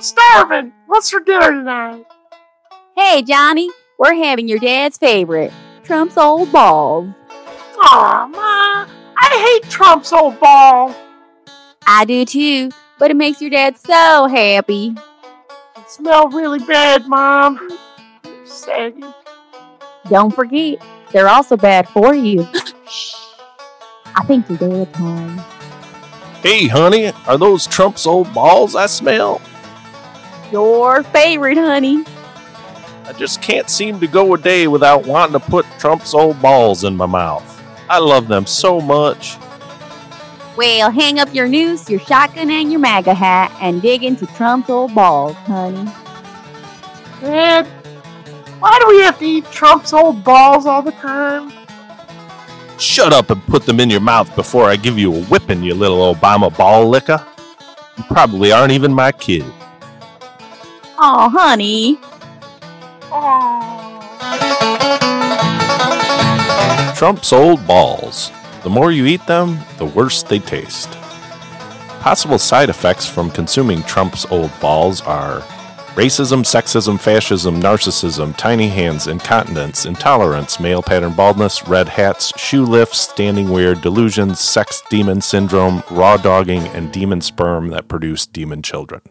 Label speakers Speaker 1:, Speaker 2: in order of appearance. Speaker 1: starving. What's for dinner tonight?
Speaker 2: Hey, Johnny, we're having your dad's favorite, Trump's old balls.
Speaker 1: Aw, Ma, I hate Trump's old ball.
Speaker 2: I do too, but it makes your dad so happy.
Speaker 1: It smelled really bad, Mom. You're sagging.
Speaker 2: Don't forget, they're also bad for you. Shh. I think your dad's home.
Speaker 3: Hey, honey, are those Trump's old balls I smell?
Speaker 2: Your favorite, honey.
Speaker 3: I just can't seem to go a day without wanting to put Trump's old balls in my mouth. I love them so much.
Speaker 2: Well, hang up your noose, your shotgun, and your MAGA hat and dig into Trump's old balls, honey.
Speaker 1: Dad, why do we have to eat Trump's old balls all the time?
Speaker 3: Shut up and put them in your mouth before I give you a whipping, you little Obama ball licker. You probably aren't even my kid.
Speaker 2: Oh, honey.
Speaker 1: Aw.
Speaker 3: Trump's old balls. The more you eat them, the worse they taste. Possible side effects from consuming Trump's old balls are racism, sexism, fascism, narcissism, tiny hands, incontinence, intolerance, male pattern baldness, red hats, shoe lifts, standing weird, delusions, sex demon syndrome, raw dogging, and demon sperm that produce demon children.